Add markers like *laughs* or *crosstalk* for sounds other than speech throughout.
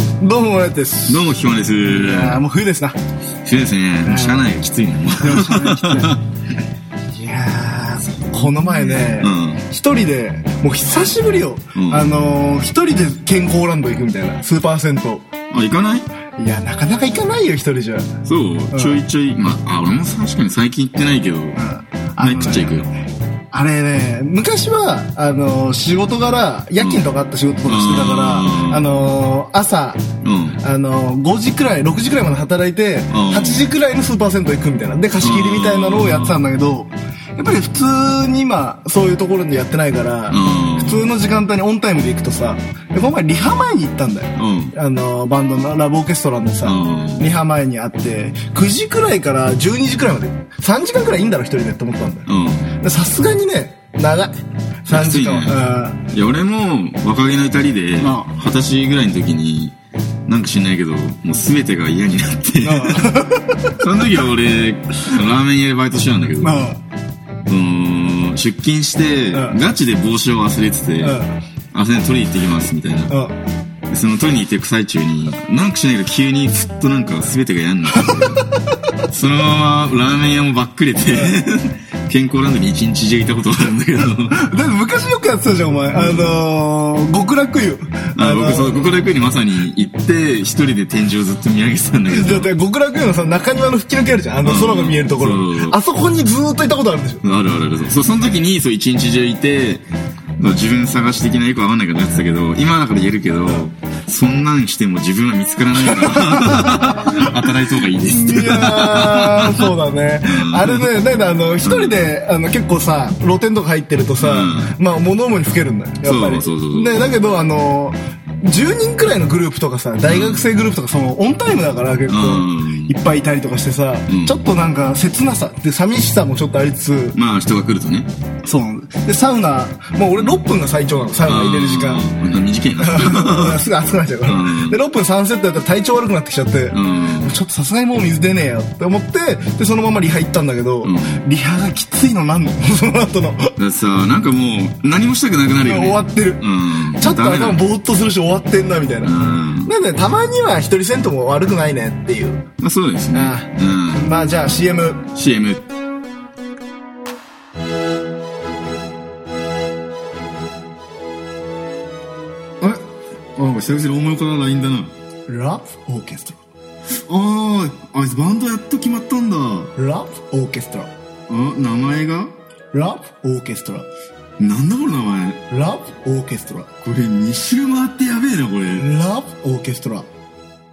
林ですどうも、ひまです。いやーもう冬ですなそうですね。もうしゃあない。きついね。もでもしゃあないきついいやーこの前ねううん。一、人でもう久しぶりよ、うんあのー、一人で健康ランド行くみたいなスーパー銭あ、行かない湯いやなかなか行かないよ一人じゃそう。ちょいちょい。まあ、あ、俺も確かに最近行ってないけど。あはのい、ちっちゃい行くよ。あれね昔はあのー仕事柄夜勤とかあった仕事とかしてたから、うんあのー朝うん。あのー5時くらい6時くらいまで働いて、ん8時くらいのスーパー銭湯行くみたいなで貸し切りみたいなのをやってたんだけど、やっぱり普通に今そういうところでやってないから、うん普通の時間帯にオンタイムで行くとさでこの前リハ前に行ったんだようん。あのバンドのラブオーケストラのさ、うんリハ前にあって9時くらいから12時くらいまで3時間くらいいいんだろ一人でって思ったんだようん。でさすがにね長い3時間きついねは、うんいや、俺も若気の至りで、ああ二十歳ぐらいの時に、なんか知んないけど、もう全てが嫌になって。 *laughs* その時は俺、ラーメン屋でバイトしてたんだけど、まあその出勤して、うんガチで帽子を忘れてて、うんあ、それ取りに行ってきます、みたいな。うんうんその取りに行っていく最中に、なんかしないけど急にふっとなんか全てが *laughs* 嫌になって、そのままラーメン屋もばっく *laughs* れて、健康ランドに一日中いたことがあるんだけど、でも昔よくやってたじゃんお前あのー、極楽湯あの僕そう、ここだけにまさに行って、一人で天井をずっと見上げてたんだけ *laughs* だどっ、て極楽湯のさ中庭の吹き抜けあるじゃんあのうん空が見えるところ、そうあそこにずーっといたことあるでしょあるあるある。そう、その時に、そう、一日中いて、そう自分探し的なよくわかんないからやってたけど、今だから言えるけど、そんなんしても自分は見つからな *laughs* いから、働いた方がいいですって。い *laughs* やー、そうだね。あれね、なんかあの、一人で、あの、結構さ、露店とか入ってるとさ、うまあ、物思いにふけるんだよ、やっぱり。そうそうそうそうね、だけど、あの、10人くらいのグループとかさ、大学生グループとか、その、オンタイムだから結構うん、いっぱいいたりとかしてさ、うんちょっとなんか、切なさ、で、寂しさもちょっとありつつ、まあ、人が来るとね。そうなんで、サウナ、もう俺6分が最長なの、サウナ入れる時間。あー。なんか短いな。すぐ熱くなっちゃうから。うんで、6分3セットやったら体調悪くなってきちゃって、うんちょっとさすがにもう水出ねえよって思って、で、そのままリハ行ったんだけど、んリハがきついのなんの *laughs* その後の。だってさ、なんかもう、何もしたくなくなるよね。終わってる。うん。ちょっとダメだ頭ぼーっとするし終わってんな、みたいな。うん。なんで、たまには一人銭湯も悪くないねっていう。まあそうですねあ。うまあ、じゃあ CM。ん。CM。あれあ、なんか久々に思い浮かんだ LINE だな。ラブオーケストああ、あいつバンドやっと決まったんだ。ラ。ラブオーケストラ。あ、名前がラブオーケストラ。なんだこの名前。ラブオーケストラ。これ2周回ってやべえな、これ。ラブオーケストラ。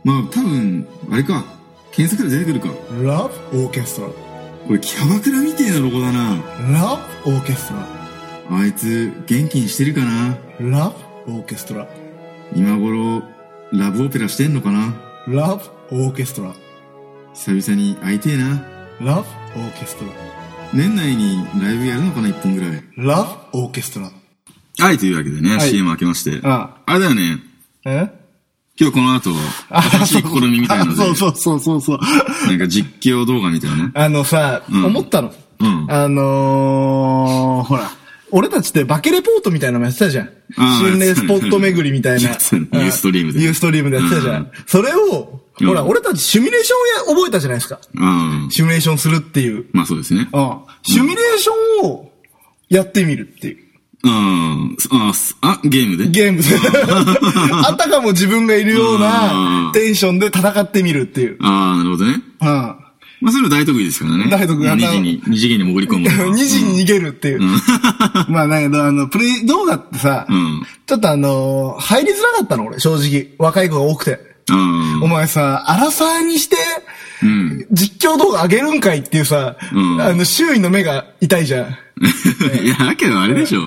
まあ多分、あれか。検索で出てくるか。ラブオーケストラ。これキャバクラみてえなロゴだな。ラブオーケストラ。あいつ、元気にしてるかなラブオーケストラ。今頃、ラブオペラしてんのかなラブオーケストラ。久々に会いてえな。ラブオーケストラ。年内にライブやるのかな一本ぐらい。ラブオーケストラ。はい、というわけでね、い CM 開けまして。ああれだよね、え今日この後、新しい試みみたいなので、 *laughs* そうそうそうそうそう。なんか実況動画みたいなね。あのさ、ん思ったの。うんあのー、ほら。俺たちってバケレポートみたいなのもやってたじゃん。あー心霊スポット巡りみたいな。 *laughs* やってたねニューストリームでうんニューストリームでやってたじゃ。うんそれを、うんほら、俺たちシミュレーションや覚えたじゃないですか。うん。シミュレーションするっていう。まあそうですね。うん。シミュレーションをやってみるっていう。うん。あ、すあゲームで *laughs* ゲームで。あたかも自分がいるよううなんテンションで戦ってみるっていう。ああ、なるほどね。うん。まあそういうの大得意ですからね。大得意二次に、二次元に潜り込 *laughs* む。2時に逃げるっていう。 *laughs* まあだけど、あの、プレイ動画ってさ、うんちょっとあのー入りづらかったの俺、正直。若い子が多くて。うん。お前さ、アラサーにして、 *laughs* うん。実況動画上げるんかいっていうさ、うんあの、周囲の目が痛いじゃいや、だけどあれでしょ。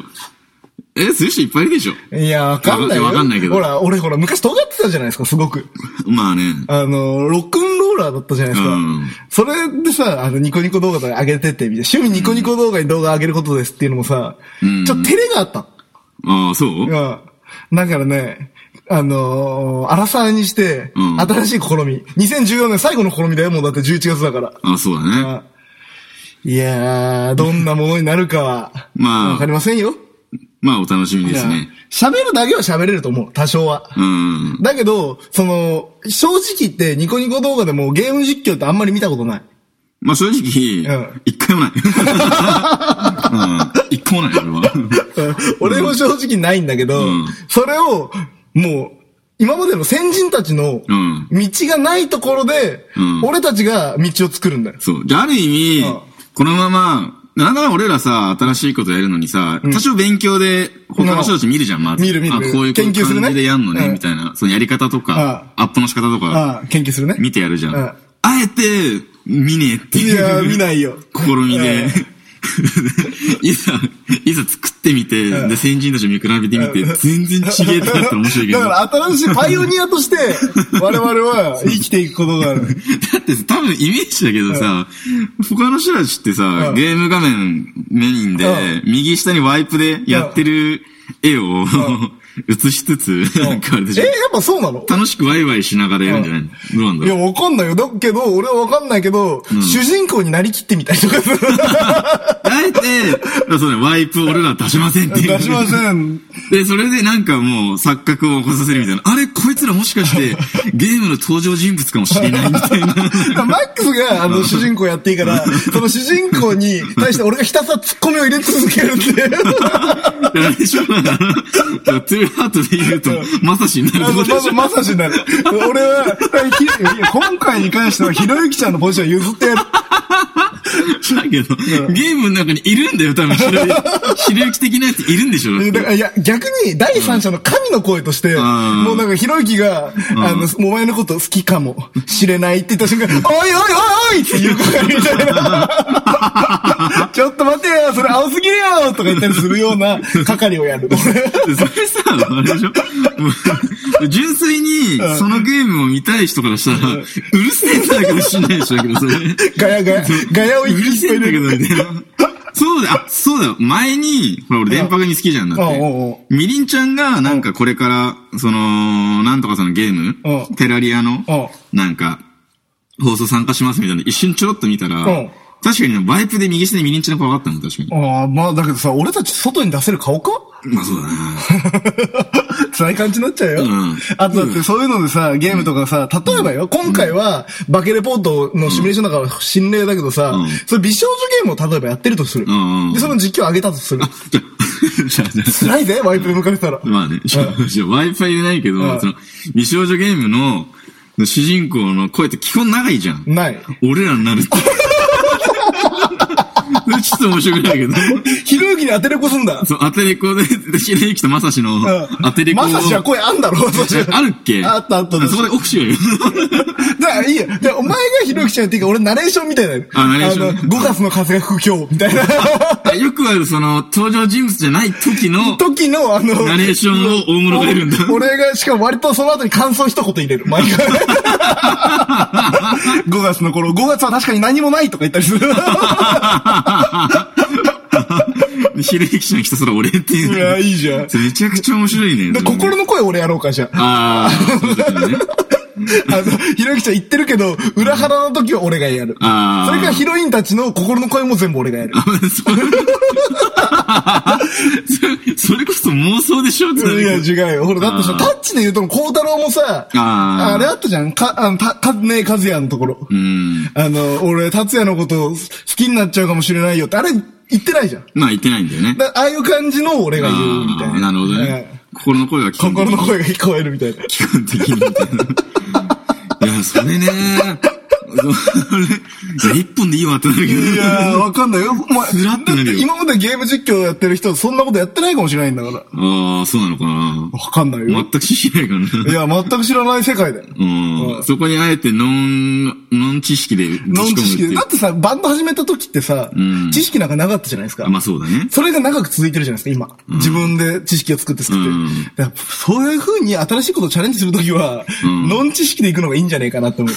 え、する人いっぱいいるでしょ。ん。いや、わかんないよ。わかんないけどほら、俺ほら、昔尖ってたじゃないですか、すごく。まあね。あの、ロックンローラーだったじゃないですか。うんそれでさ、あの、ニコニコ動画とか上げてって、みたいな。趣味ニコニコ動画に動画上げることですっていうのもさ、うんちょっと照れがあった。ああ、そううん。だからね、あのー、荒沢にして、うん新しい試み。2014年最後の試みだよ、もうだって11月だから。ああ、そうだね。うんいやー、どんなものになるかは、 *laughs* まあわかりませんよ。まあ、お楽しみですいやね。喋るだけは喋れると思う、多少は。うん。だけど、その、正直言ってニコニコ動画でもゲーム実況ってあんまり見たことない。まあ、正直うん、一回もない。 *laughs* うん。一個もない、俺は。俺も正直ないんだけど、うんそれを、もう、今までの先人たちの、道うんがないところで、うん俺たちが道を作るんだよ。そう。じゃあ、ある意味うん、このまま、なんだか俺らさ、新しいことやるのにさ、多少勉強で、他の人たち見るじゃん、まず。見る見るあ、こういう研究するね感じでやんのうね、んみたいな。そのやり方とか、アップの仕方とか、ああ、研究するね。見てやるじゃん。うんあえて、見ねえっていいう。やー、見ないよ。試みでうん、いざ、いざ作ってみて、うんで、先人たち見比べてみて、全然違えってなった *laughs* ら面白いけど。だだから新しいパイオニアと *laughs* して、我々は生きていくことがある。って多分イメージだけどさ、他の人たちってうさん、ゲーム画面メインで、右下にワイプでやってる絵を *laughs* 映しつつ、なんかあれでえ、しょやっぱそうなの楽しくワイワイしながらやるんじゃないのどうなんだいや、ろうわかんないよ。だけど、俺はわかんないけど、主人公になりきってみたりとかする。 *laughs* あえて、そうね、ワイプ俺ら出しませんっていう。出しません。 *laughs* で、それでなんかもう錯覚を起こさせるみたいな。あれ、こいつらもし *laughs* かして、ゲームの登場人物かもしれないみたいな。マックスが、あの、主人公やっていいから、その主人公に対して俺がひたすら突っ込みを入れ続けるっていう。だからあれでしょだからトゥーハートで言うと、まさしになるあとこの、でましずょまさしになる。俺は、ひいや今回に関しては、ひろゆきちゃんのポジション譲ってやる。だけど、ゲームの中にいるんだよ、多分。ひろゆきひろゆき的なやついるんでしょだからいや、逆に、第三者の神の声として、んもうなんか、ひろゆきが、あの、お前のこと好きかもしれないって言った瞬間、おいおいおいおいって言うからみたい *laughs* な。ちょっと待てよ、それ青すぎるよとか言ったりするような係をや *laughs* る。でそれさ、あれでしょもう純粋に、そのゲームを見たい人からしたら、うるせえんだけどしないでしょ、だけど、それ。ガヤガヤ、ガヤをうる一気せえにんだ入けれど、る。みたいな。そうだ、あ、そうだよ。前に、ほら、俺、電波組好きじゃん、だっうんうんうんて。みりんちゃんが、なんかこれから、その、なんとかさんのゲーうんム、テラリアの、なんか、放送参加しますみたいな、一瞬ちょろっと見たらん、確かにね、ワイプで右下でみりんちゃんの顔があったの、確かに。ああ、まあだけどさ、俺たち外に出せる顔か *laughs* まあそうだな。辛い感じになっちゃうよ。うんあとだってそういうのでさ、ゲームとかさ、例えばよ、今回は、バケレポートのシミュレーションだから心霊だけどさ、うんそれ美少女ゲームを例えばやってるとする。んうんで、その実況上げたとする。じゃあ、じゃあ、じゃあ *laughs* 辛いぜ、ワイプで抜かれたら。まあね、じゃあ、じゃあ Wi-Fi でないけど、うんその、美少女ゲームの、主人公の声って基本長いじゃん。ない。俺らになるって。 *laughs* ちょっと面白くないけど。ひろゆきに当てれこすんだ。そう、アテレコで、ひろゆきとまさしのうん。アテレコを。まさしは声あんだろ、そえあるっけあったあったそこでオ *laughs* フしようよ。だからいいよ。じゃあお前がひろゆきちゃんやっていうか、俺ナレーションみたいなの。あナレーションあの5月の風が吹く今日、みたいな。 *laughs* よくある、その、登場人物じゃない時の、時の、あの、ナレーションを大物がい *laughs* るんだ。俺が、しかも割とその後に感想一言入れる、毎 *laughs* 回。5月の頃、5月は確かに何もないとか言ったりする。ひろゆきちゃんひたすら俺っ *laughs* ていや、いう。いいじゃ *laughs* ん。それめちゃくちゃ面白いね。で心の声俺やろうか、じ *laughs* ゃあ。ああ、そうだよね。 *laughs* あの、ひろゆきちゃん言ってるけど、裏腹の時は俺がやる。あーそれからヒロインたちの心の声も全部俺がやる。それこそ妄想でしょっていや、なる違うよ。ほら、だってさ、あータッチで言うとも、孝太郎もさ、あーあれあったじゃんか、あの、た、かねえ、和也のところ。うん。あの、俺、達也のこと好きになっちゃうかもしれないよって、あれ言ってないじゃん。まあ言ってないんだよね。だああいう感じの俺が言うみたいあーな。なるほどねええ。心の声が聞こえ心の声が聞こえるみたいな。基本的にみたいな。いや、それね。それ、いや一本でいいわってなるけど。いやー、わかんないよ。お前、ずらってなるよ今までゲーム実況やってる人、そんなことやってないかもしれないんだから。わああ、そうなのかな。かんないよ。全く知識ないからな。いや、全く知らない世界だよ。うん。そこにあえてノン、ノン知識でぶち込むノン知識ってで。いうだってさ、バンド始めた時ってさ、ん知識なんかなかったじゃないですか。まあそうだね。それが長く続いてるじゃないですか、今。自分で知識を作って作って。うんだからそういう風に新しいことをチャレンジするときは、ノン知識でいくのがいいんじゃねえかなって *laughs* 思う。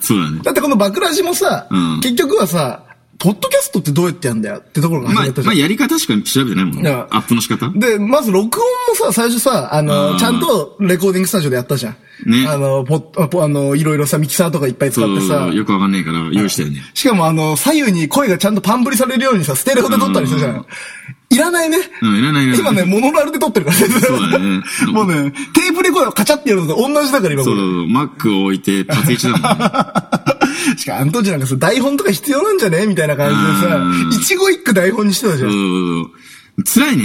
そうだね。だってこのバクラジもさ、うん結局はさ、ポッドキャストってどうやってやんだよってところが始まあまった、じゃまあん。やり方しか調べてないもんね。いやアップの仕方で、まず録音もさ、最初さ、あの、うんちゃんとレコーディングスタジオでやったじゃん。ねあの、ポッ、ポあの、いろいろさ、ミキサーとかいっぱい使そってさう、、よくわかんないから用意したよね。しかもあの、左右に声がちゃんとパン振りされるようにさ、ステレオで撮ったりするじゃん。いらないね。うん、いらないいらない。今ね、モノラルで撮ってるからね。そうだね *laughs* もうね、テープレコーダーをカチャってやるのと同じだから今こそうれ。そう、マックを置いて、パツイチだもんね。 *laughs* しかもあの当時なんかさ、台本とか必要なんじゃねみたいな感うんじでさ、一語一句台本にしてたじゃ。そうんそうそう辛いね、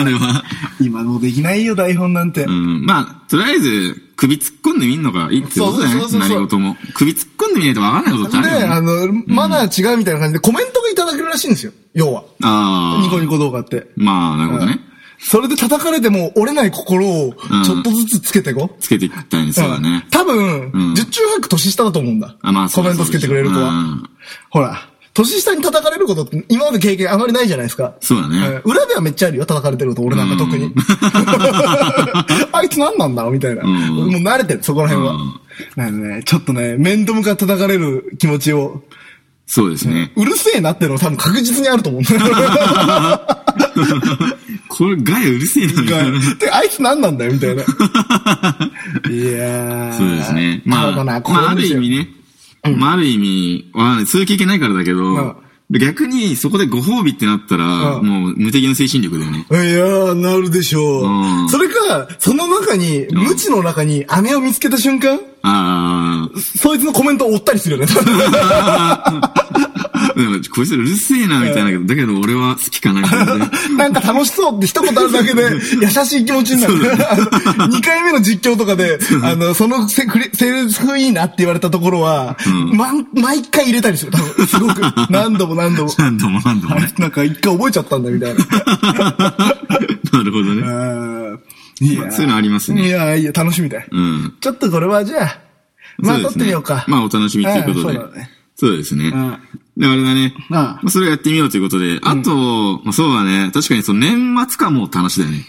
あれは。今もうできないよ、台本なんて。うん。まあ、とりあえず、首突っ込んでみんのがいいってことだよね。そうそうそうそう何事も。首突っ込んでみないとわかんないことってあねるよね。あの、マナー違うみたいな感じでコメントがいただけるらしいんですよ。要は。あニコあ。ニコ動画って。まあ、なるほどね。それで叩かれても折れない心をちょっとずつつけていこう。つけていきたいね、そうだね。多分、ん十中八九年下だと思うんだ。あまあそコうだメントつけてくれる子は。うんほら、年下に叩かれることって今まで経験あまりないじゃないですか。そうだねん裏ではめっちゃあるよ、叩かれてること、俺なんか特に。 *laughs* あいつ何なんだろうみたいな。んもう慣れてる、そこら辺は。うんなんでね、ちょっとね、面と向かって叩かれる気持ちを、そうですね。うるせえなってのは多分確実にあると思うんだよ。 *laughs* これ、ガヤうるせえな、みたいな。 *laughs* で、あいつ何なんだよ、みたいな。いやー。そうですね。まなあ、るほどなこうまあ、いあうんるです意よ味ね。まあ、ある意味、わかんない。そういう経験ないからだけど、逆にそこでご褒美ってなったら、うんもう無敵の精神力だよね。いやー、なるでしょう。うんそれか、その中に、無知の中に飴を見つけた瞬間、ああ。そいつのコメントを追ったりする *laughs* よね。 *laughs* うんこいつうるせえな、みたいなけど、だけど俺は好きかな、みたい *laughs* な。なんか楽しそうって一言あるだけで、 *laughs* 優しい気持ちになる。2回目の実況とかで、あの、そのセクリセールスいいなって言われたところは、まん毎回入れたりする。多分すご *laughs* く。何度も何 *laughs* 度も。何度も何度もね。なんか一回覚えちゃったんだみたいな。 *laughs* なるほ *laughs* どね。あーいやそういうのありますねいや、いや、楽しみだよ。うん。ちょっとこれはじゃあ、まあそ撮っですてねみようか。まあお楽しみということうんでそうだね。そうですね。で、んあれだね。んまあそれをやってみようということで。あと、まあそうだね。確かにその年末感もって話だよね。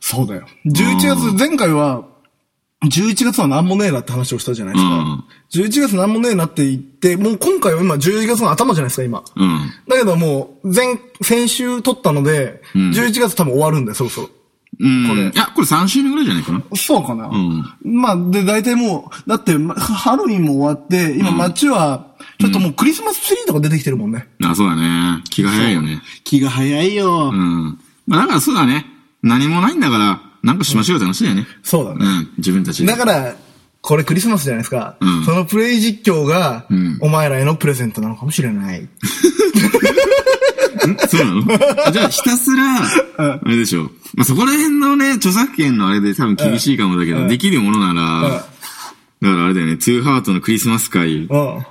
そうだよ。11月、前回は、11月は何もねえなって話をしたじゃないですうんか。11月何もねえなって言って、もう今回は今12月の頭じゃないですか、今。うん。だけどもう、前、先週撮ったので、11月多分終わるんだよ、そろそろ。うん。これいや、これ3週目ぐらいじゃないかな。そうかな。んまあ、で、大体もう、だって、まハロウィンも終わって、今街は、ちょっともうクリスマスツリーとか出てきてるもんね。あ、そうだね。気が早いよね。気が早いよ。うん。まあだからそうだね。何もないんだから、なんかしましょうって話だよね。そうだうね。ん。自分たちでだ。から、これクリスマスじゃないですか。うんそのプレイ実況が、んお前らへのプレゼントなのかもしれない。んそうなのあじゃあ、ひたすら、あれでしょ。まあ、そこら辺のね、著作権のあれで多分厳しいかもだけど、できるものなら、だからあれだよね、トゥーハートのクリスマス会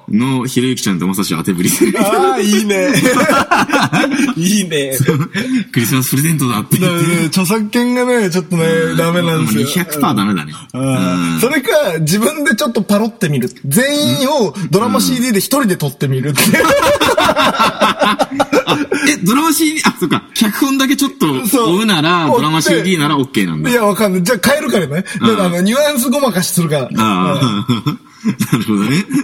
のひろゆきちゃんとまさし当てぶりでああ、いい *laughs* ね。いいね。クリスマスプレゼントだってだか言っらて。ね著作権がね、ちょっとね、ダメなんですよ。 200%ダメだね。うんそれか、自分でちょっとパロってみる。全員をドラマ CD で一人で撮ってみるっていう。 *laughs* え、ドラマ CD、あ、そっか、脚本だけちょっとそう追うなら、ドラマ CD なら OK なんだい。や、わかんない。じゃあ変えるからね。だからあの、ニュアンスごまかしするから。ああ、 *laughs* なるほどね。 *laughs*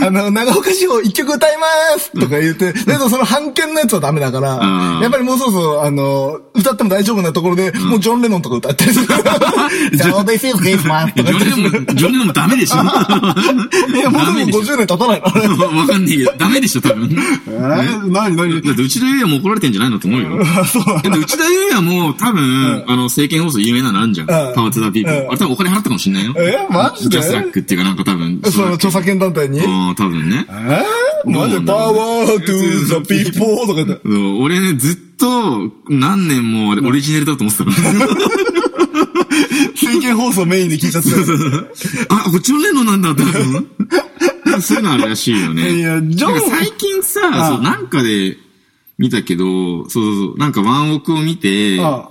あの、長岡志保一曲歌いますとか言って、だけどその半券のやつはダメだからうん、やっぱりもうそろそろ、あの、歌っても大丈夫なところで、もうジョン・レノンとか歌ったりする。 *laughs* じゃあ、This is This Man ジとかョニーでも、ジョニーでもダメでしょ。いや、もうでも50年経たないの。 *laughs* わかんないけど、ダメでしょ、多分。えー、なになにだって、内田優也も怒られてんじゃないのと思 *laughs* うよ。だって内田優也も、多分、あの、政見放送有名なのあるじゃん。パワーツダーピープル。あれ多分お金払ったかもしんないよ。えマジでジャスラックっていうかなんか多分。 *laughs* その著作権団体にうん、多分ね。えーマジで、パワートゥーザピーポーとか言って。うん俺ね、ずっと、何年もあれオリジナルだと思ってた *laughs* から。政権放送メインで聞いちゃってたよね。あ、こっちのレノンなんだって。そういうのあるらしいよね。いやジョンなんか最近さ、ああそう、なんかで見たけど、そうそうそう、なんかワンオクを見て、あ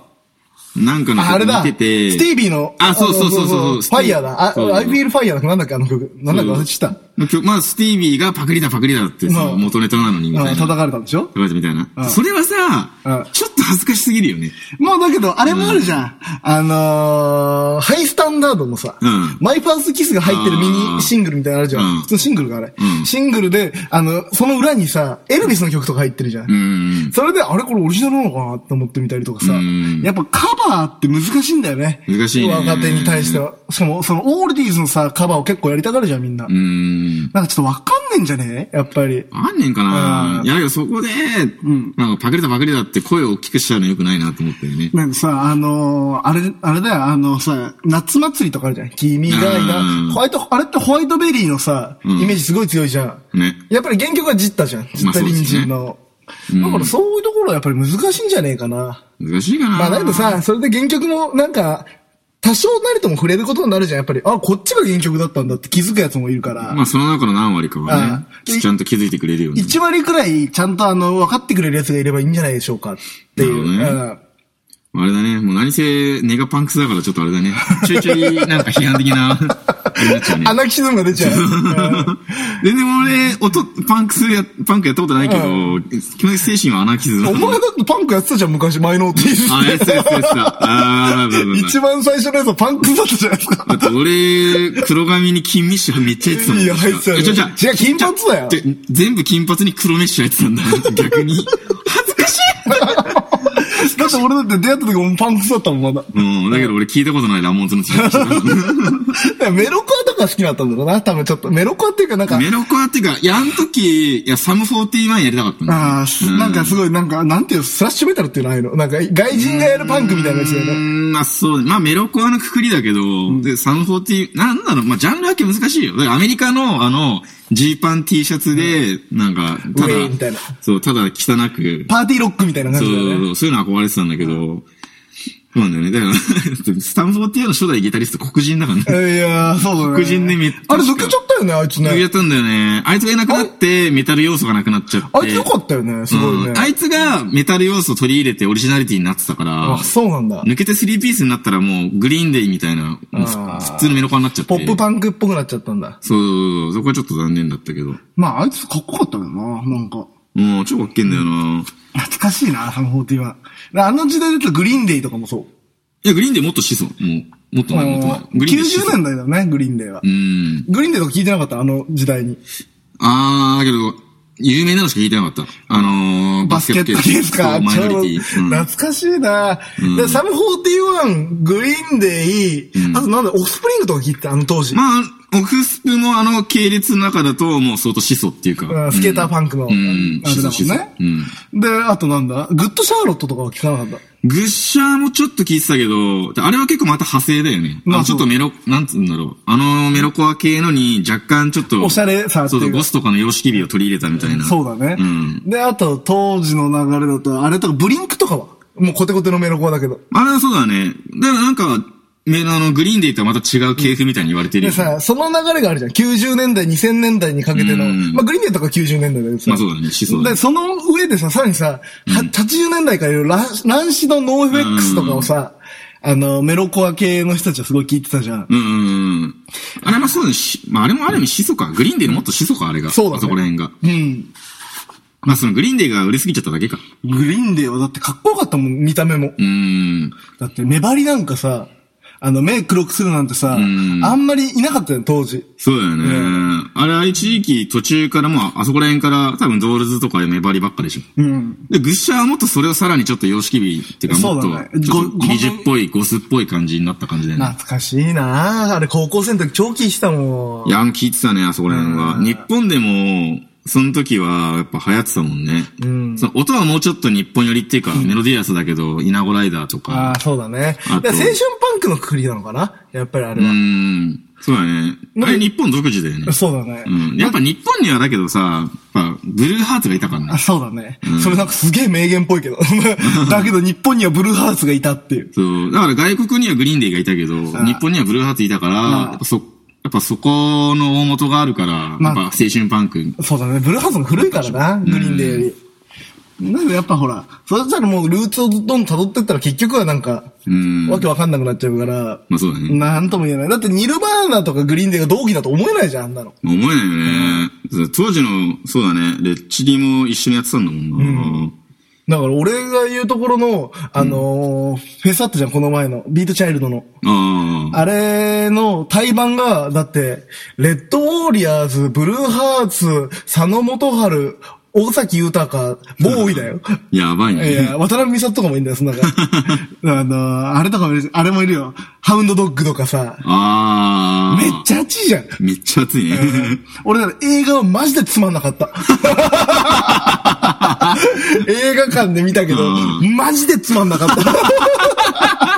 なんかのああれだ。曲見スてて、ティービーの。あそうそうそうそうあのファイヤーだ。あ、そうそう I feel fire だ。なんだっけあの曲。なんだっけ忘れてた。の曲まあ、スティービーがパクリだパクリだってさ、うん元ネタなのにみたうん、いな。叩かれたんでしょ言われてみたいな。それはうんさ、ちょっと恥ずかしすぎるよね。まあだけど、あれもあるじゃん。あのー、ハイスタンダードのさ、うんマイファーストキスが入ってるミうんニシングルみたいなのあるじゃん。うん普通のシングルがあれ、うんシングルで、あの、その裏にさ、エルビスの曲とか入ってるじゃん。うん。それで、あれこれオリジナルなのかなと思ってみたりとかさ、うんやっぱカバーって難しいんだよね。難しいね若手に対しては。しかも、そのオールディーズのさ、カバーを結構やりたがるじゃん、みんな。うん。なんかちょっとわかんねんじゃねやっぱり。あんねんかなうんいや、だけどそこで、んなんかパクリだパクリだって声を大きくしちゃうのよくないなと思ったよね。なんかさ、あのーあれ、あれだよ、あのさ、夏祭りとかあるじゃん。君がいうんな。ホワイト、あれってホワイトベリーのさ、イんメージすごい強いじゃん。ね。やっぱり原曲はジッタじゃん。ジッタ隣人の。だからそういうところはやっぱり難しいんじゃねえかな。難しいかなまあだけどさ、それで原曲もなんか、多少なりとも触れることになるじゃん。やっぱり、あ、こっちが原曲だったんだって気づくやつもいるから。まあその中の何割かはねあ、あきちゃんと気づいてくれるよね。 1割くらいちゃんとあの、分かってくれるやつがいればいいんじゃないでしょうかっていう。なるほどうんあれだね、もう何せネガパンクスだからちょっとあれだね。ちょいちょいなんか批判的な、あれになっちゃうね。アナキシズムが出ちゃう。 *laughs* うん全然俺、音、パンクスや、パンクやったことないけど、基本的に精神はアナキズムおなの。前だってパンクやってたじゃん、昔、マイノーティーあ、やつス。やつやつだ。あー、ぶぶぶ。一番最初のやつはパンクだったじゃないですか。だって俺、黒髪に金メッシュはめっちゃ入ってたもん。いや、入ってたよいね。やちょちょ違う、金髪だよ。ちょ全部金髪に黒メッシュ入ってたんだ。 *laughs* 逆に。恥ずかしいだって俺だって出会った時もパンクだったもん、まだ。うん、だけど俺聞いたことないラモンズの違 *laughs* い。だからメロコアとか好きだったんだろうな、多分ちょっと。メロコアっていうかなんか、メロコアっていうか、いや、あの時、いや、サム41やりたかったんだよああ、すなんかすごい、なんか、なんていうの、スラッシュメタルっていうのああいうの。なんか、外人がやるパンクみたいなやつだようね。ーん、まあそう、まあメロコアのくくりだけど、で、サムフォーティ、なんだろう、まあジャンル分け難しいよ。だからアメリカの、あの、ジーパン T シャツで、なんか、たウェイみたいだな、そう、ただ汚く、パーティーロックみたいな感そうじだよね。そういうの憧れてたんだけど、そうなんだよね。だから、 *laughs* スタンフォーティの初代ギタリスト黒人だからね。いやー、そうだね。黒人でめっあれ抜けちゃったよね、あいつ抜けちゃね。ったんだよね。あいつがいなくなって、メタル要素がなくなっちゃって。あいつよかったよね、すごいねうん。あいつがメタル要素を取り入れてオリジナリティになってたから。あ、そうなんだ。抜けてスリーピースになったらもうグリーンデイみたいな、もうふあー普通のメロコアになっちゃって。ポップパンクっぽくなっちゃったんだ。そうそうそう、そこはちょっと残念だったけど。まあ、あいつかっこよかったけどな、なんか。もう超かっけえんだよな。懐かしいな、サム41は。あの時代だとグリーンデイとかもそう。いや、グリーンデイもっと子孫。もう、もっと前、もっと前。グリーンデイ90子孫年代だよね、グリーンデイはう。ん。グリーンデイとか聞いてなかった、あの時代に。あー、だけど、有名なのしか聞いてなかった。あのー、バスケットですかそうマイちょうノどリティ。うん懐かしいな、でサム41、グリーンデイ、あとなんだ、オフスプリングとか聞いてた、あの当時。まあ、オフスプのあの系列の中だと、もう相当始祖っていうか。うんスケーターパンクの、うんうん。あれだもんね。うん。で、あとなんだグッドシャーロットとかは聞かなかった。グッシャーもちょっと聞いてたけど、であれは結構また派生だよね。まああのちょっとメロ、なんつうんだろう。あのメロコア系のに若干ちょっと。おしゃれさってそいううかそう、ゴスとかの様式美を取り入れたみたいな。そうだね。うん。で、あと当時の流れだと、あれとかブリンクとかは、もうコテコテのメロコアだけど。あれはそうだね。だからなんか、メあの、グリーンデイとはまた違う系譜みたいに言われてるでよさ、ね。その流れがあるじゃん。90年代、2000年代にかけての。うんまあ、グリーンデーとか90年代だけどさ。まあそうだね思想だねで、その上でさ、さらにさ、は80年代からいろいろランランシドノーフェックスとかをさ、あの、メロコア系の人たちはすごい聞いてたじゃん。うんうんうん。あれもそうだね。しまあ、あれもある意味始祖か。グリーンデイのもっと始祖か、あれが。そうだねあそこら辺が。うん。まあ、そのグリーンデイが売れすぎちゃっただけか。グリーンデーはだってかっこよかったもん、見た目も。うん。だって、目張りなんかさ、あの、目黒くするなんてさ、んあんまりいなかったよ、当時。そうだよね。あれ、あれ一時期途中からもう、あそこら辺から、多分ドールズとかでメバリばっかでしょ。うん。で、グッシャーはもっとそれをさらにちょっと様式美っていうか、そもっうだとね、ちょっとご美術っぽい、ゴスっぽい感じになった感じだよね。懐かしいなああれ、高校生の時超聞いてたもん。いや、あの、聞いてたね、あそこら辺は。日本でも、その時は、やっぱ流行ってたもんね。その音はもうちょっと日本寄りっていうか、メロディアスだけど、イナゴライダーとあか。あ、そうだね。だあとから青春パンクのくくりなのかなやっぱりあれうは。ん。そうだね。あれ日本独自だよね。そうだねう。ん。やっぱ日本にはだけどさ、やっぱ、ブルーハーツがいたからねあ、。そうだね。それなんかすげえ名言っぽいけど。だけど日本にはブルーハーツがいたっていう。そう。だから外国にはグリーンデイがいたけど、日本にはブルーハーツいたから、やっぱそ、やっぱそこの大元があるから、まあやっぱ青春パンク。そうだね。ブルーハーツも古いからな、グリーンデーより。なんかやっぱほら、それじゃもうルーツをどんどん辿ってったら結局はなんか、うん。わけわかんなくなっちゃうから、まあそうだね。なんとも言えない。だってニルバーナとかグリーンデーが同期だと思えないじゃん、あんなの。思えないよね。当時の、そうだね、レッチリも一緒にやってたんだもんな。だから俺が言うところの、あのーフェスあったじゃん、この前の。ビートチャイルドの。ああ。あれの対バンが、だって、レッドウォーリアーズ、ブルーハーツ、佐野元春、大崎豊、ボーイだよ。やば *laughs* いいね。や、渡辺美里とかもいいんだよ、その *laughs* 中。あの、あれとかもいるしあれもいるよ。ハウンドドッグとかさ。あー。めっちゃ熱いじゃん。めっちゃ熱いね。俺だから映画はマジでつまんなか *laughs* った。映画館で見たけど、うんマジでつまん *laughs* なかった。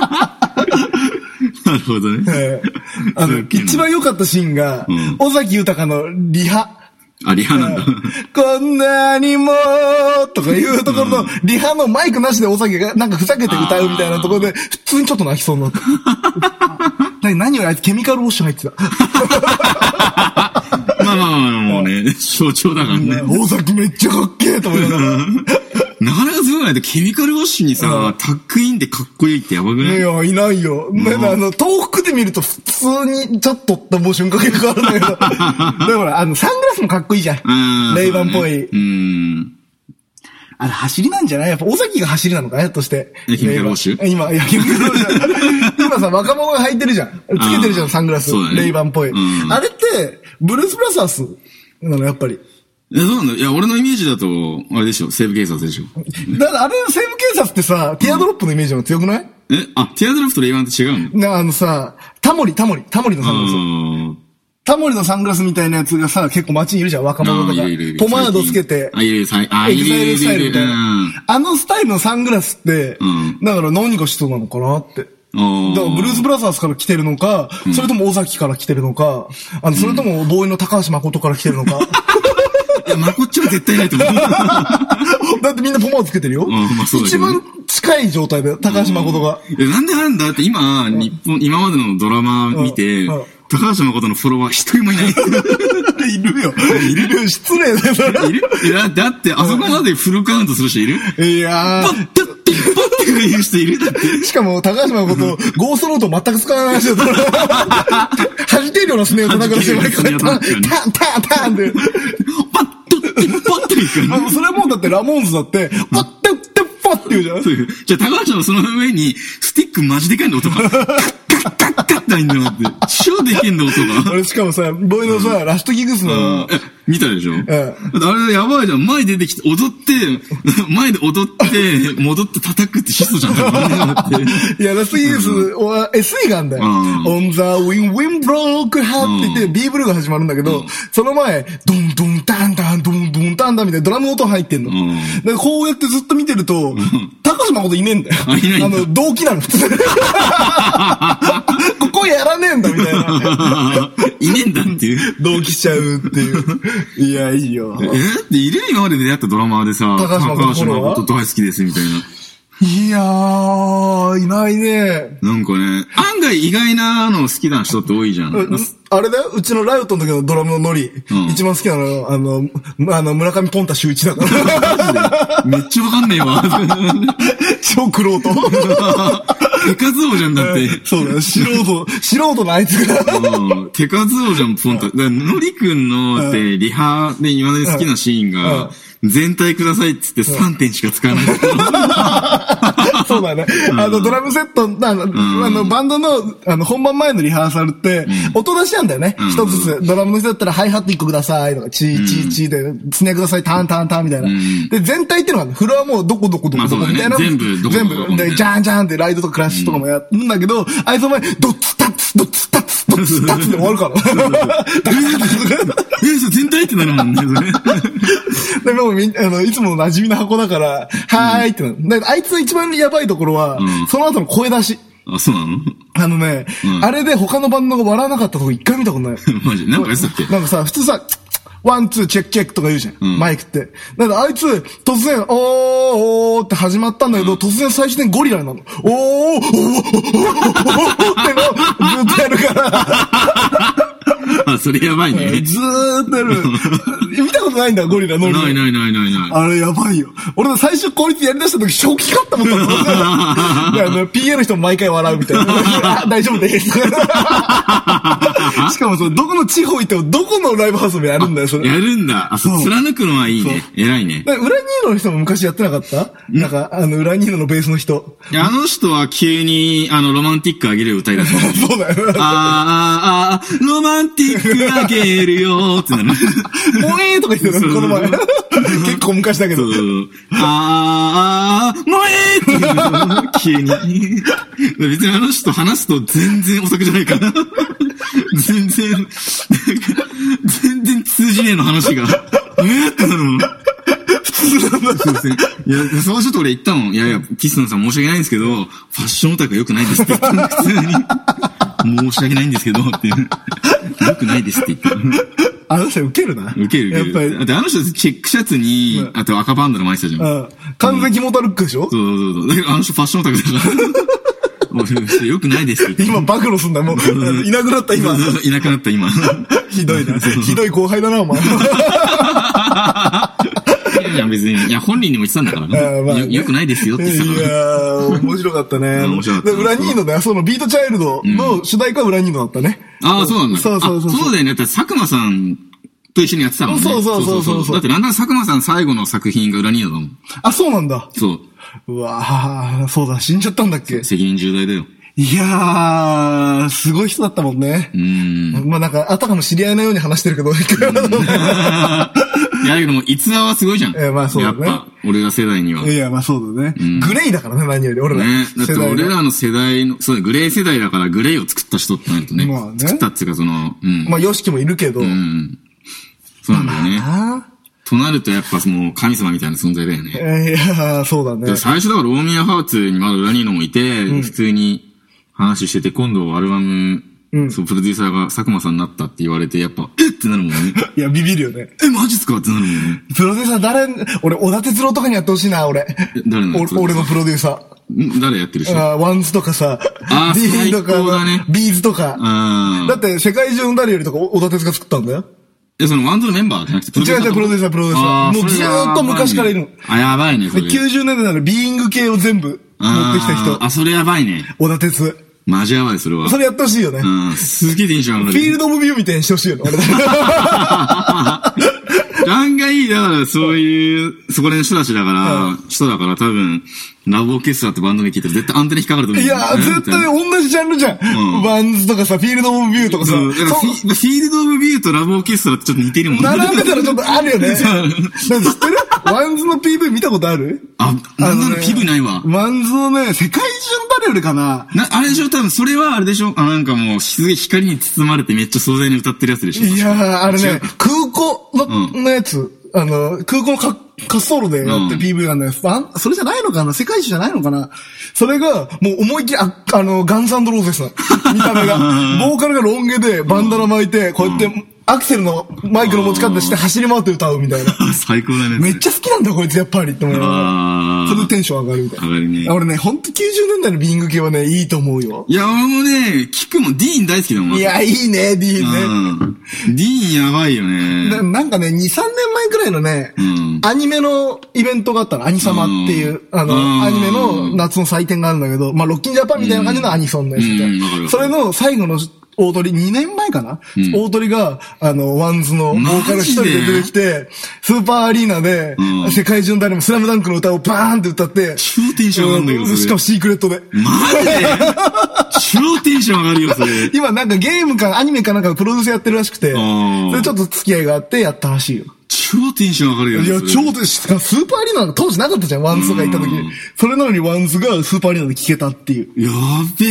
*laughs* なるほどね。えーあの、すっげえな一番良かったシーンがうん、尾、崎豊のリハ。あ、リハなんだ。 *laughs* こんなにもとかいうところの、リハのマイクなしでお酒がなんかふざけて歌うみたいなところで、普通にちょっと泣きそうになった。 *laughs* 何何よりあいつケミカルウォッシュ入ってた。まあまあまあ、もうね、象徴だからね。大崎めっちゃかっけえと思 *laughs* いながら。なかなかすごいね。ケミカルウォッシュにさ、タックインでかっこいいってやばいくないや、いないよ。まだあの、遠くで見ると普通にちょっとってもう瞬間結構あ *laughs* るんだけど。だから、あの、サングラスもかっこいいじゃうんん。レイバンっぽい。うん。あれ、走りなんじゃないやっぱ、尾崎が走りなのかやっとして。えケミカルウォッシュレイバン今、いや、ケミカルウォッシュ。今さ、若者が履いてるじゃん。つけてるじゃあん、ーサングラスそうだ。ねレイバンっぽい。うんあれって、ブルース・ブラザースなの、やっぱり。え、そうなんだ。いや、俺のイメージだと、あれでしょ、西部警察でしょ。だから、あれ、西部警察ってさ、ティアドロップのイメージも強くないえ、あ、ティアドラフトレイバンって違うのな、あのさ、タモリ、タモリ、タモリのサングラス。あタモリのサングラスみたいなやつがさ、結構街にいるじゃん、若あ者とかーいるいるい。るポマードつけて、あ、いるいる、さいあ、エいグるザイいルるスタイルみいる。たういんな。あのスタイルのサングラスってうん、だから何がしそうなのかなって。あーだからブルース・ブラザースから来てるのか、それとも尾崎から来てるのか、あの、それともボーイの高橋誠から来てるの *laughs* か。いや、まこっちは絶対ないと *laughs* 思う。だってみんなポマードつけてるよ。んまあそうだけ一どね番近い状態で、高橋誠が。いやなんでなんだって今、日本、今までのドラマ見てうんうん、高橋誠のフォロワー一人もいない。いるよ。いるよ。失礼だよ、そいるいや、だって、あそこまでフルカウントする人いるれ。いやパー。ッてって、パッて言う人いるだって。しかも、高橋誠、ゴーストノート全く使わない話だった。弾けるようなスネを叩くらしてもらえ弾けるようなスネを叩くよねタンタンタンって。パッとって、パッて行くあよねの、それはもうだってラモーンズだって、パッタッタッパッって言うじゃん。そういうじゃあ、高橋のその上に、スティックマジでかいの音が、カッカッカッカッカッって入んだよって。超でけえんだ音が。俺しかもさ、ボーイのさ、ラストギグスの、え見たでしょ、だってあれやばいじゃん。前出てきて、踊って、前で踊って、戻って叩くって始祖じゃん。だっていや、ラストギグスは SE があんだよ。うん On the wind, wind broke heart って言って B ブルーが始まるんだけど、その前、ドンドンタンタン、ドンドンタンタンみたいなドラム音入ってんの。んでこうやってずっと見てると、高島こといねえんだよ。あいないんだあの、動機なの、普 *laughs* 通にここやらねえんだ、みたい *laughs* な。いねえんだっていう。動機しちゃうっていう。いや、いいよ。えーって、いる今まで出会ったドラマーでさ、高橋誠高橋誠大好きですみたいいやー、いないね。な。なんかね、案外意外なの好きな人って多いじゃん。うあれだようちのライオットの時のドラムのノリ。ん一番好きなの、あの、まあの、村上ポンタ周一だから。めっちゃわかんねえわ。 *laughs* 超苦労と。手数王じゃんだって。 *laughs* そうだよ、素人、素人のあいつが。うん手数王じゃん、ポンと。だからのりくんのって、リハで今まで好きなシーンが、全体くださいっつって3点しか使わない。 *laughs* *laughs* そうだね。あの、ドラムセット、あの、あのバンドの、あの、本番前のリハーサルって、音出しなんだよね。ん一つずつ、ドラムの人だったら、ハイハット一個くださいとか、チーチーチーで、スネください、ターンターンターンみたいな。んで、全体ってのがあるの、フロアもうどこどこどこどこみたいまな。あそうだね全部どこど全こどこ部。で、ジャンジャンってライドとクラッシュとかもやるんだけど、あいつお前、ドッツタッツ、ドッツタッツ、ドッツタッツで終わるから。え、そう全体ってなるもんね、それ。 *laughs* でもみん、あの、いつもの馴染みの箱だから、はーいってなる。だからあいつの一番やばいところは、んその後の声出し。あ、そうなのあのね、うんあれで他のバンドが笑わなかったとこ一回見たことない。マジで。なんかやってたっけなんかさ、普通さ、ワン、ツー、チェックチェックとか言うじゃん。んマイクって。だからあいつ、突然、おー、おーって始まったんだけど、突然最終的にゴリラになるの。おー、おー、おー、おー、おー、ってのをずっとやるから、あ、それやばいね。ずーっとやる。見たことないんだ、ゴリラ、ノリ。ないないないないない。あれやばいよ。俺の最初こいつやり出した時正気か *laughs* って思ったもん。であの、PA の人も毎回笑うみたいな。 *laughs* あ大丈夫です。しかもその、どこの地方行ってもどこのライブハウスもやるんだよ、それ。やるんだ。あ、そうそう貫くのはいいね。偉いね。だから裏ニーノの人も昔やってなかったなんか、あの、裏ニーノのベースの人。いやあの人は *laughs* 急に、あの、ロマンティックあげるよ歌い出す。そうだよ。あーあー、あーロマンティッあげるよーってなる。もうええとか言ってたの、この前。結構昔だけそど。う。あー、あーもうええって言うの急に。別にあの人と話すと全然お酒じゃないから。全然、なんか全然通じねえの話が。えーってなるもん。いや、そのちょっと俺言ったもん。いやいや、キスノさん申し訳ないんですけど、ファッションオタクは良くないですって言ったの普通に。申し訳ないんですけど、って。良くないですって言った。あの人ウケるな。受けるや受けっる。ぱだっり。てあの人チェックシャツに、あと赤パンダの巻いてたじゃん。うん。完全にモタルックでしょそうそうそう。だけど、あの人ファッションオタクだから。もう、よくないですよ。今暴露すんだ、もう。いなくなった、今。そうそういなくなった、今。いひどいな。ひどい後輩だな、お前。やいや、別に。いや、本人にも言ってたんだからあーまあね。よよくないですよっいて言ってたから。やー、面白かったね。 *laughs* うん面白かったで裏ニーノだよ。そのビートチャイルドの主題歌は裏ニーノだったね。ああ、そうなんだ。そうそうそうあそうそうだよね。だって、佐久間さんと一緒にやってたもんね。そうそうそうそうそうだって、なんなら佐久間さん最後の作品が裏ニードだもん。あ、そうなんだ。そう。うわー、そうだ、死んじゃったんだっけ。責任重大だよ。いやー、すごい人だったもんね *laughs* う。ーん。まあなんか、あたかも知り合いのように話してるけど、いや、だけども、逸話はすごいじゃん。えーまあそうだねやっぱ、俺ら世代には。いや、まあそうだね。グレイだからね、何より。俺らね。だ世って代の。俺らの世代の、そうだ、グレー世代だからグレーを作った人ってなるとね。まあね作ったっていうかその、うん。まあ、ヨシキもいるけど。うん。そうなんだよね。あとなるとやっぱその神様みたいな存在だよあね。いやー、そうだね。最初だから大宮ハーツにまだラニーノもいて、普通に話してて、今度アルバム、そう、プロデューサーが佐久間さんになったって言われて、やっぱ、えってなるもんね。 *laughs* いや、ビビるよね。え、マジっすかってなるもんね。プロデューサー誰、俺、小田哲郎とかにやってほしいな、俺。誰なのお俺のプロデューサー。ん誰やってる人ああーワンズとかさ、あー D と最高だかね、ビーズとか。あだって、世界中の誰よりとか、小田哲が作ったんだよ。え、そのワンズのメンバーじゃなくて、プ違う違う、プロデューサー、プロデューサー。もうずーっと昔からいるの。あ、やばいね、そでれ。 90年代ならビーイング系を全部持ってきたあー人。あ、それやばいね。小田哲。マジやばい、それは。それやってほしいよね。うん、すげえテンション上がフる。ィールドオブビューみたいにしてほしいよね、俺案外、だから、そういう、そこら辺の人たちだから、人だから多分、ラブオーケストラってバンドで聞いたら絶対アンテナ引っかかると思う。いやー、絶対同じジャンルじゃん。んバンズとかさ、フィールドオブビューとかさ。そう、だからフィそフィールドオブビューとラブオーケストラってちょっと似てるもんう並べたらちょっとあるよ *laughs* ね。なんか知ってるワンズの PV 見たことあるあ、なんなあののね気分ないわ。ワンズのね、世界中の誰よりかな。な、あれでしょ多分、それはあれでしょあ、なんかもう、すげえ光に包まれてめっちゃ壮大に歌ってるやつでしょいやー、あれ違ねう、空港の、うのやつ、あの、空港のか滑走路でやってうん PV なんだよ。あんそれじゃないのかな世界一じゃないのかなそれが、もう思いっきり、あ、あの、ガンズローゼスなの見た目が。ボーカルがロン毛で、バンダナ巻いて、こうやって、アクセルのマイクの持ち方して走り回って歌うみたいな。あ最高だね。めっちゃ好きなんだ、こいつ、やっぱりって思いながらあそれでテンション上がるみたいな。上がるね俺ね、ほんと90年代のビーイング系はね、いいと思うよ。いや、俺もね、聞くもん、ディーン大好きだもん。いや、いいね、D ね。うん。ディーンやばいよね。ななんかね、2、3年前くらいのね、うんアニメのイベントがあったの、アニサマっていう、うんあの、うんアニメの夏の祭典があるんだけど、まあ、ロッキンジャパンみたいな感じのアニソンのやつみたいうんなわかるわそかれるの最後の大鳥、2年前かな、大鳥が、あの、ワンズのボーカル一人で出てきて、スーパーアリーナで、うん世界中の誰もスラムダンクの歌をバーンって歌って、超テンション上がるんだけど、そうんれ。しかもシークレットで。マジで超テンション上がるよ、それ。今なんかゲームかアニメかなんかのプロデュースやってるらしくて、んそれちょっと付き合いがあってやったらしいよ。超テンション上がるよ、いや、それ超でしかもスーパーアリーナなんか当時なかったじゃん、ワンズとか行った時うん。それなのにワンズがスーパーアリーナで聞けたっていう。やべえ。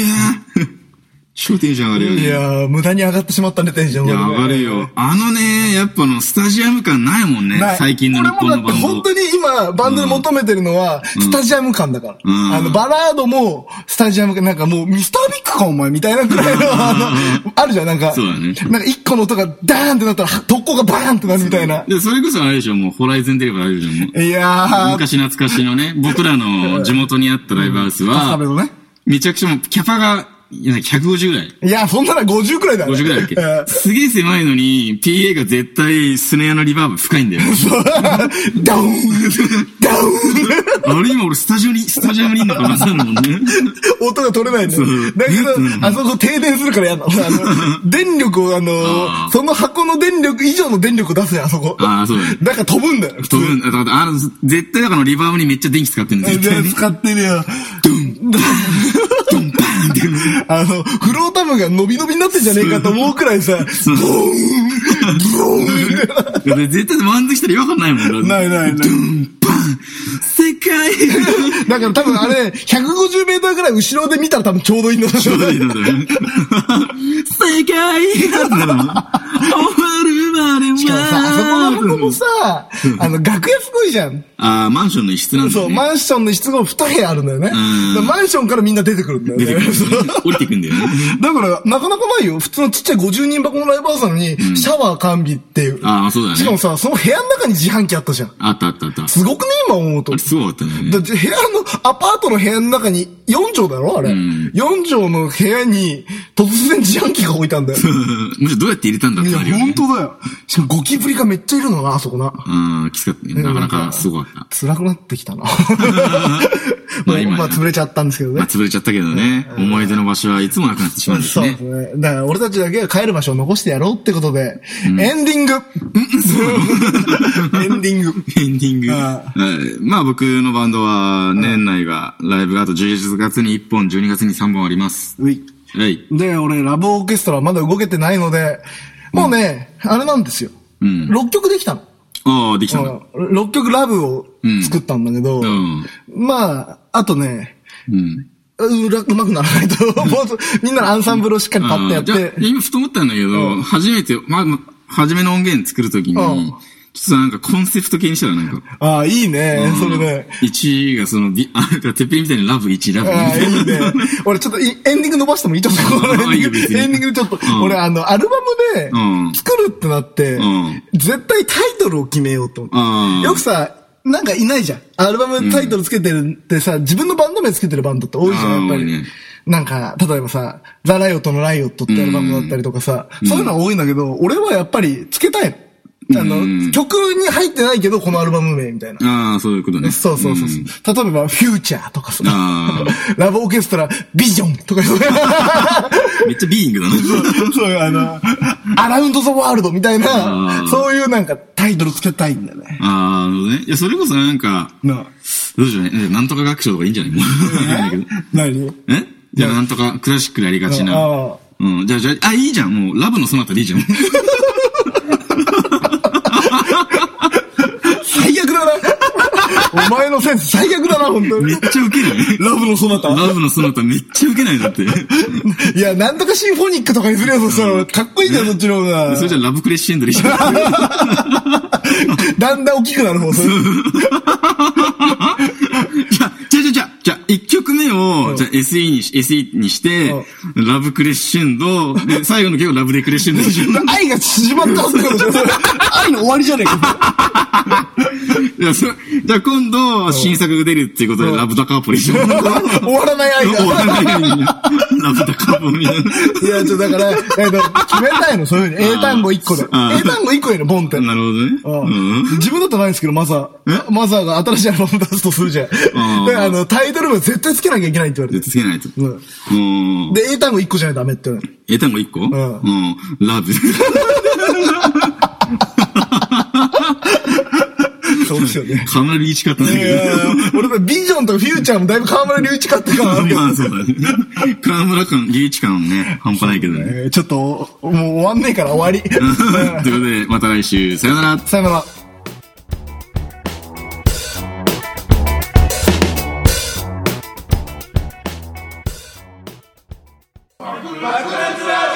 超テンション上がるよね。いやー、無駄に上がってしまったね、テンションいがや、上がるよ。あのね、やっぱの、スタジアム感ないもんねない。最近の日本の俺もだっバてン本ド当。に今、バンドで求めてるのは、スタジアム感だから。うんあの、バラードも、スタジアム感、なんかもう、ミスタービッグか、お前、みたいなくらいの、あ *laughs* の、あるじゃん、なんか。そうだねなんか一個の音がダーンってなったら、特攻がバーンってなるみたいな。で、それこそあれでしょ、もう、ホライズンテレビあるじゃん、もう。いやー、昔懐かしのね、僕らの地元にあったライブハウスカはベ、のね。めちゃくちゃもう、キャパが、いや150ぐらい。いや、そんなら50くらいだね。 50ぐらいだうっんけすげえ狭いのに、PA が絶対、スネアのリバーブ深いんだよ。ダウンダウンあれ今俺スタジオに、スタジアムにいんのかなそうな *laughs* のね。音が取れないねう。だけど、あそこ停電するからやだ。あの、電力を、あのあーその箱の電力以上の電力を出すよ、あそこ。ああ、そうだね。だから飛ぶんだよ。飛ぶんだ。だから、あの、絶対だからリバーブにめっちゃ電気使ってるんだよ。絶対でに。使ってるよ。ドゥン、ドゥン、ってるね。あの、フロータムが伸び伸びになってんじゃねえかと思うくらいさ、ブローンブローンだって絶対漫才したら違和感ないもんだって。ないないない。世界 *laughs* だから多分あれ、150メーターぐらい後ろで見たら多分ちょうどいいんだろう *laughs* 世界終わるまでしかもさ、あそこの箱もは。さ、あの、楽屋すごいじゃん。あーマンションの一室なんだそう、よね。マンションの室後2部屋あるんだよね。だからマンションからみんな出てくるんだよね。出てくるよね。降りてくんだよね。だから、なかなかないよ。普通のちっちゃい50人箱のライブハウスなのに、シャワー完備っていう。ああ、そうだしかもね。さ、その部屋の中に自販機あったじゃん。あったあったあった。すごくね、今思うとあれ。すごかったねだ。って部屋の、アパートの部屋の中に4畳だろあれ。4畳の部屋に突然自販機が置いたんだよ。 *laughs* むしろどうやって入れたんだっていや、なるよ本ね。当だよ。しかもゴキブリがめっちゃいるのな、あそこな。うん、きつかったね。なかなかすごかった。辛くなってきた *laughs* な。もまあう今ねまあ潰れちゃったんですけどまあ、ね。潰れちゃったけどね。思い出の場所はいつもなくなってしまうんですそうでねす。ね。だから俺たちだけが帰る場所を残してやろうってことで、エンディ *laughs* ングエンディング。エンディング。あはいまあ僕のバンドは年内が、ライブがあと11月に1本、12月に3本あります。ういはい。で、俺、ラブオーケストラまだ動けてないので、もうね、あれなんですよ。うん6曲できたの。ああ、できたんだ。 6曲ラブを作ったんだけど、うんまあ、あとね、うん。うらうまくならないと、 *laughs* もうちょみんなのアンサンブルをしっかりパッとやっあーじゃあて、今ふと思ったんだけど、初めて、まあ、まあ初めの音源作るときに、ちょうんっとなんかコンセプト系にしたらなんか。ああ、いいね、それね。 1がその、びあ、 *laughs* なんかてっぺんみたいにラブ1、ラブ2み *laughs* ああ、たいいな。いね。俺ちょっといエンディング伸ばしてもいいと思う。このエンディンああいいよ別グにエンディングでちょっと、うん俺あの、アルバムでうん作るってなって、ん絶対タイトルを決めようと思っうんて。よくさ、なんかいないじゃん。アルバムタイトルつけてるってさ、自分のバンド名つけてるバンドって多いじゃん、やっぱああ多いり。ねなんか、例えばさ、ザ・ライオットのライオットってアルバムだったりとかさ、そういうのは多いんだけど、俺はやっぱりつけたいの。あの、曲に入ってないけど、このアルバム名みたいな。ああ、そういうことね。そうそうそうそう。例えば、フューチャーとかさあ、 *laughs* ラブオーケストラ、ビジョンとかそういう、 *laughs* めっちゃビーイングだな。そういうあの、アラウンド・ザ・ワールドみたいあな、ーそういうなんかタイトルつけたいんだよね。ああ、なるほどね。いや、それこそなんか、な、どうしようね。なんとか学習とかいいんじゃないもう。ないけど何 *laughs* えじゃあなんとかクラシックでやりがちな。ああうん。じゃあ、じゃあ、あ、いいじゃん。もう、ラブのそなたでいいじゃん。最悪だな *laughs* お前のセンス最悪だな、本当めにっ。ちゃウケるね。ラブのソナタ *laughs* ラブのそなためっちゃウケないだって。いや、なんとかシンフォニックとかにするよ、そしたら。かっこいいじゃん、そっちの方がそ。れじゃあラブクレッシェンドでしょ。 *laughs* だんだん大きくなる方、それ。じゃあ、じゃあじゃあじゃあじゃあ、1曲目を、じゃあ SE にし、SE にして、ラブクレッシェンド、で、最後の曲ラブでクレッシェンドでしょ。愛が縮まったはずだよ、それ。 *laughs* 愛の終わりじゃねえか。いやそじゃあ今度、新作が出るっていうことでラブダカーポでしょ。 *laughs* *laughs* 終わらない愛終がわ。らないようにラブダカーポみたいいや、ちょ、だから、えっと、決めたいの、そういうふうに。英単語1個で。英あー単語1個やの、ボンって。な。なるほどね。うん自分だとないんですけど、マザー。マザーが新しいアルバム出すとするじゃん。んで、あの、タイトルも絶対つけなきゃいけないって言われて。つけないと。ううんん。で、英単語1個じゃないとダメって言われて。英単語1個うんん。ラブ。そうですよね。かなり近かったんいだやけー俺、ビジョンとフューチャーもだいぶ河村隆一買ってかど。らまあそうだね。河村感、リーチ感ね、半端ないけどね。えーちょっと、もう終わんねえから終わり。ということで、また来週、さよなら。さよなら。爆弾ラジオ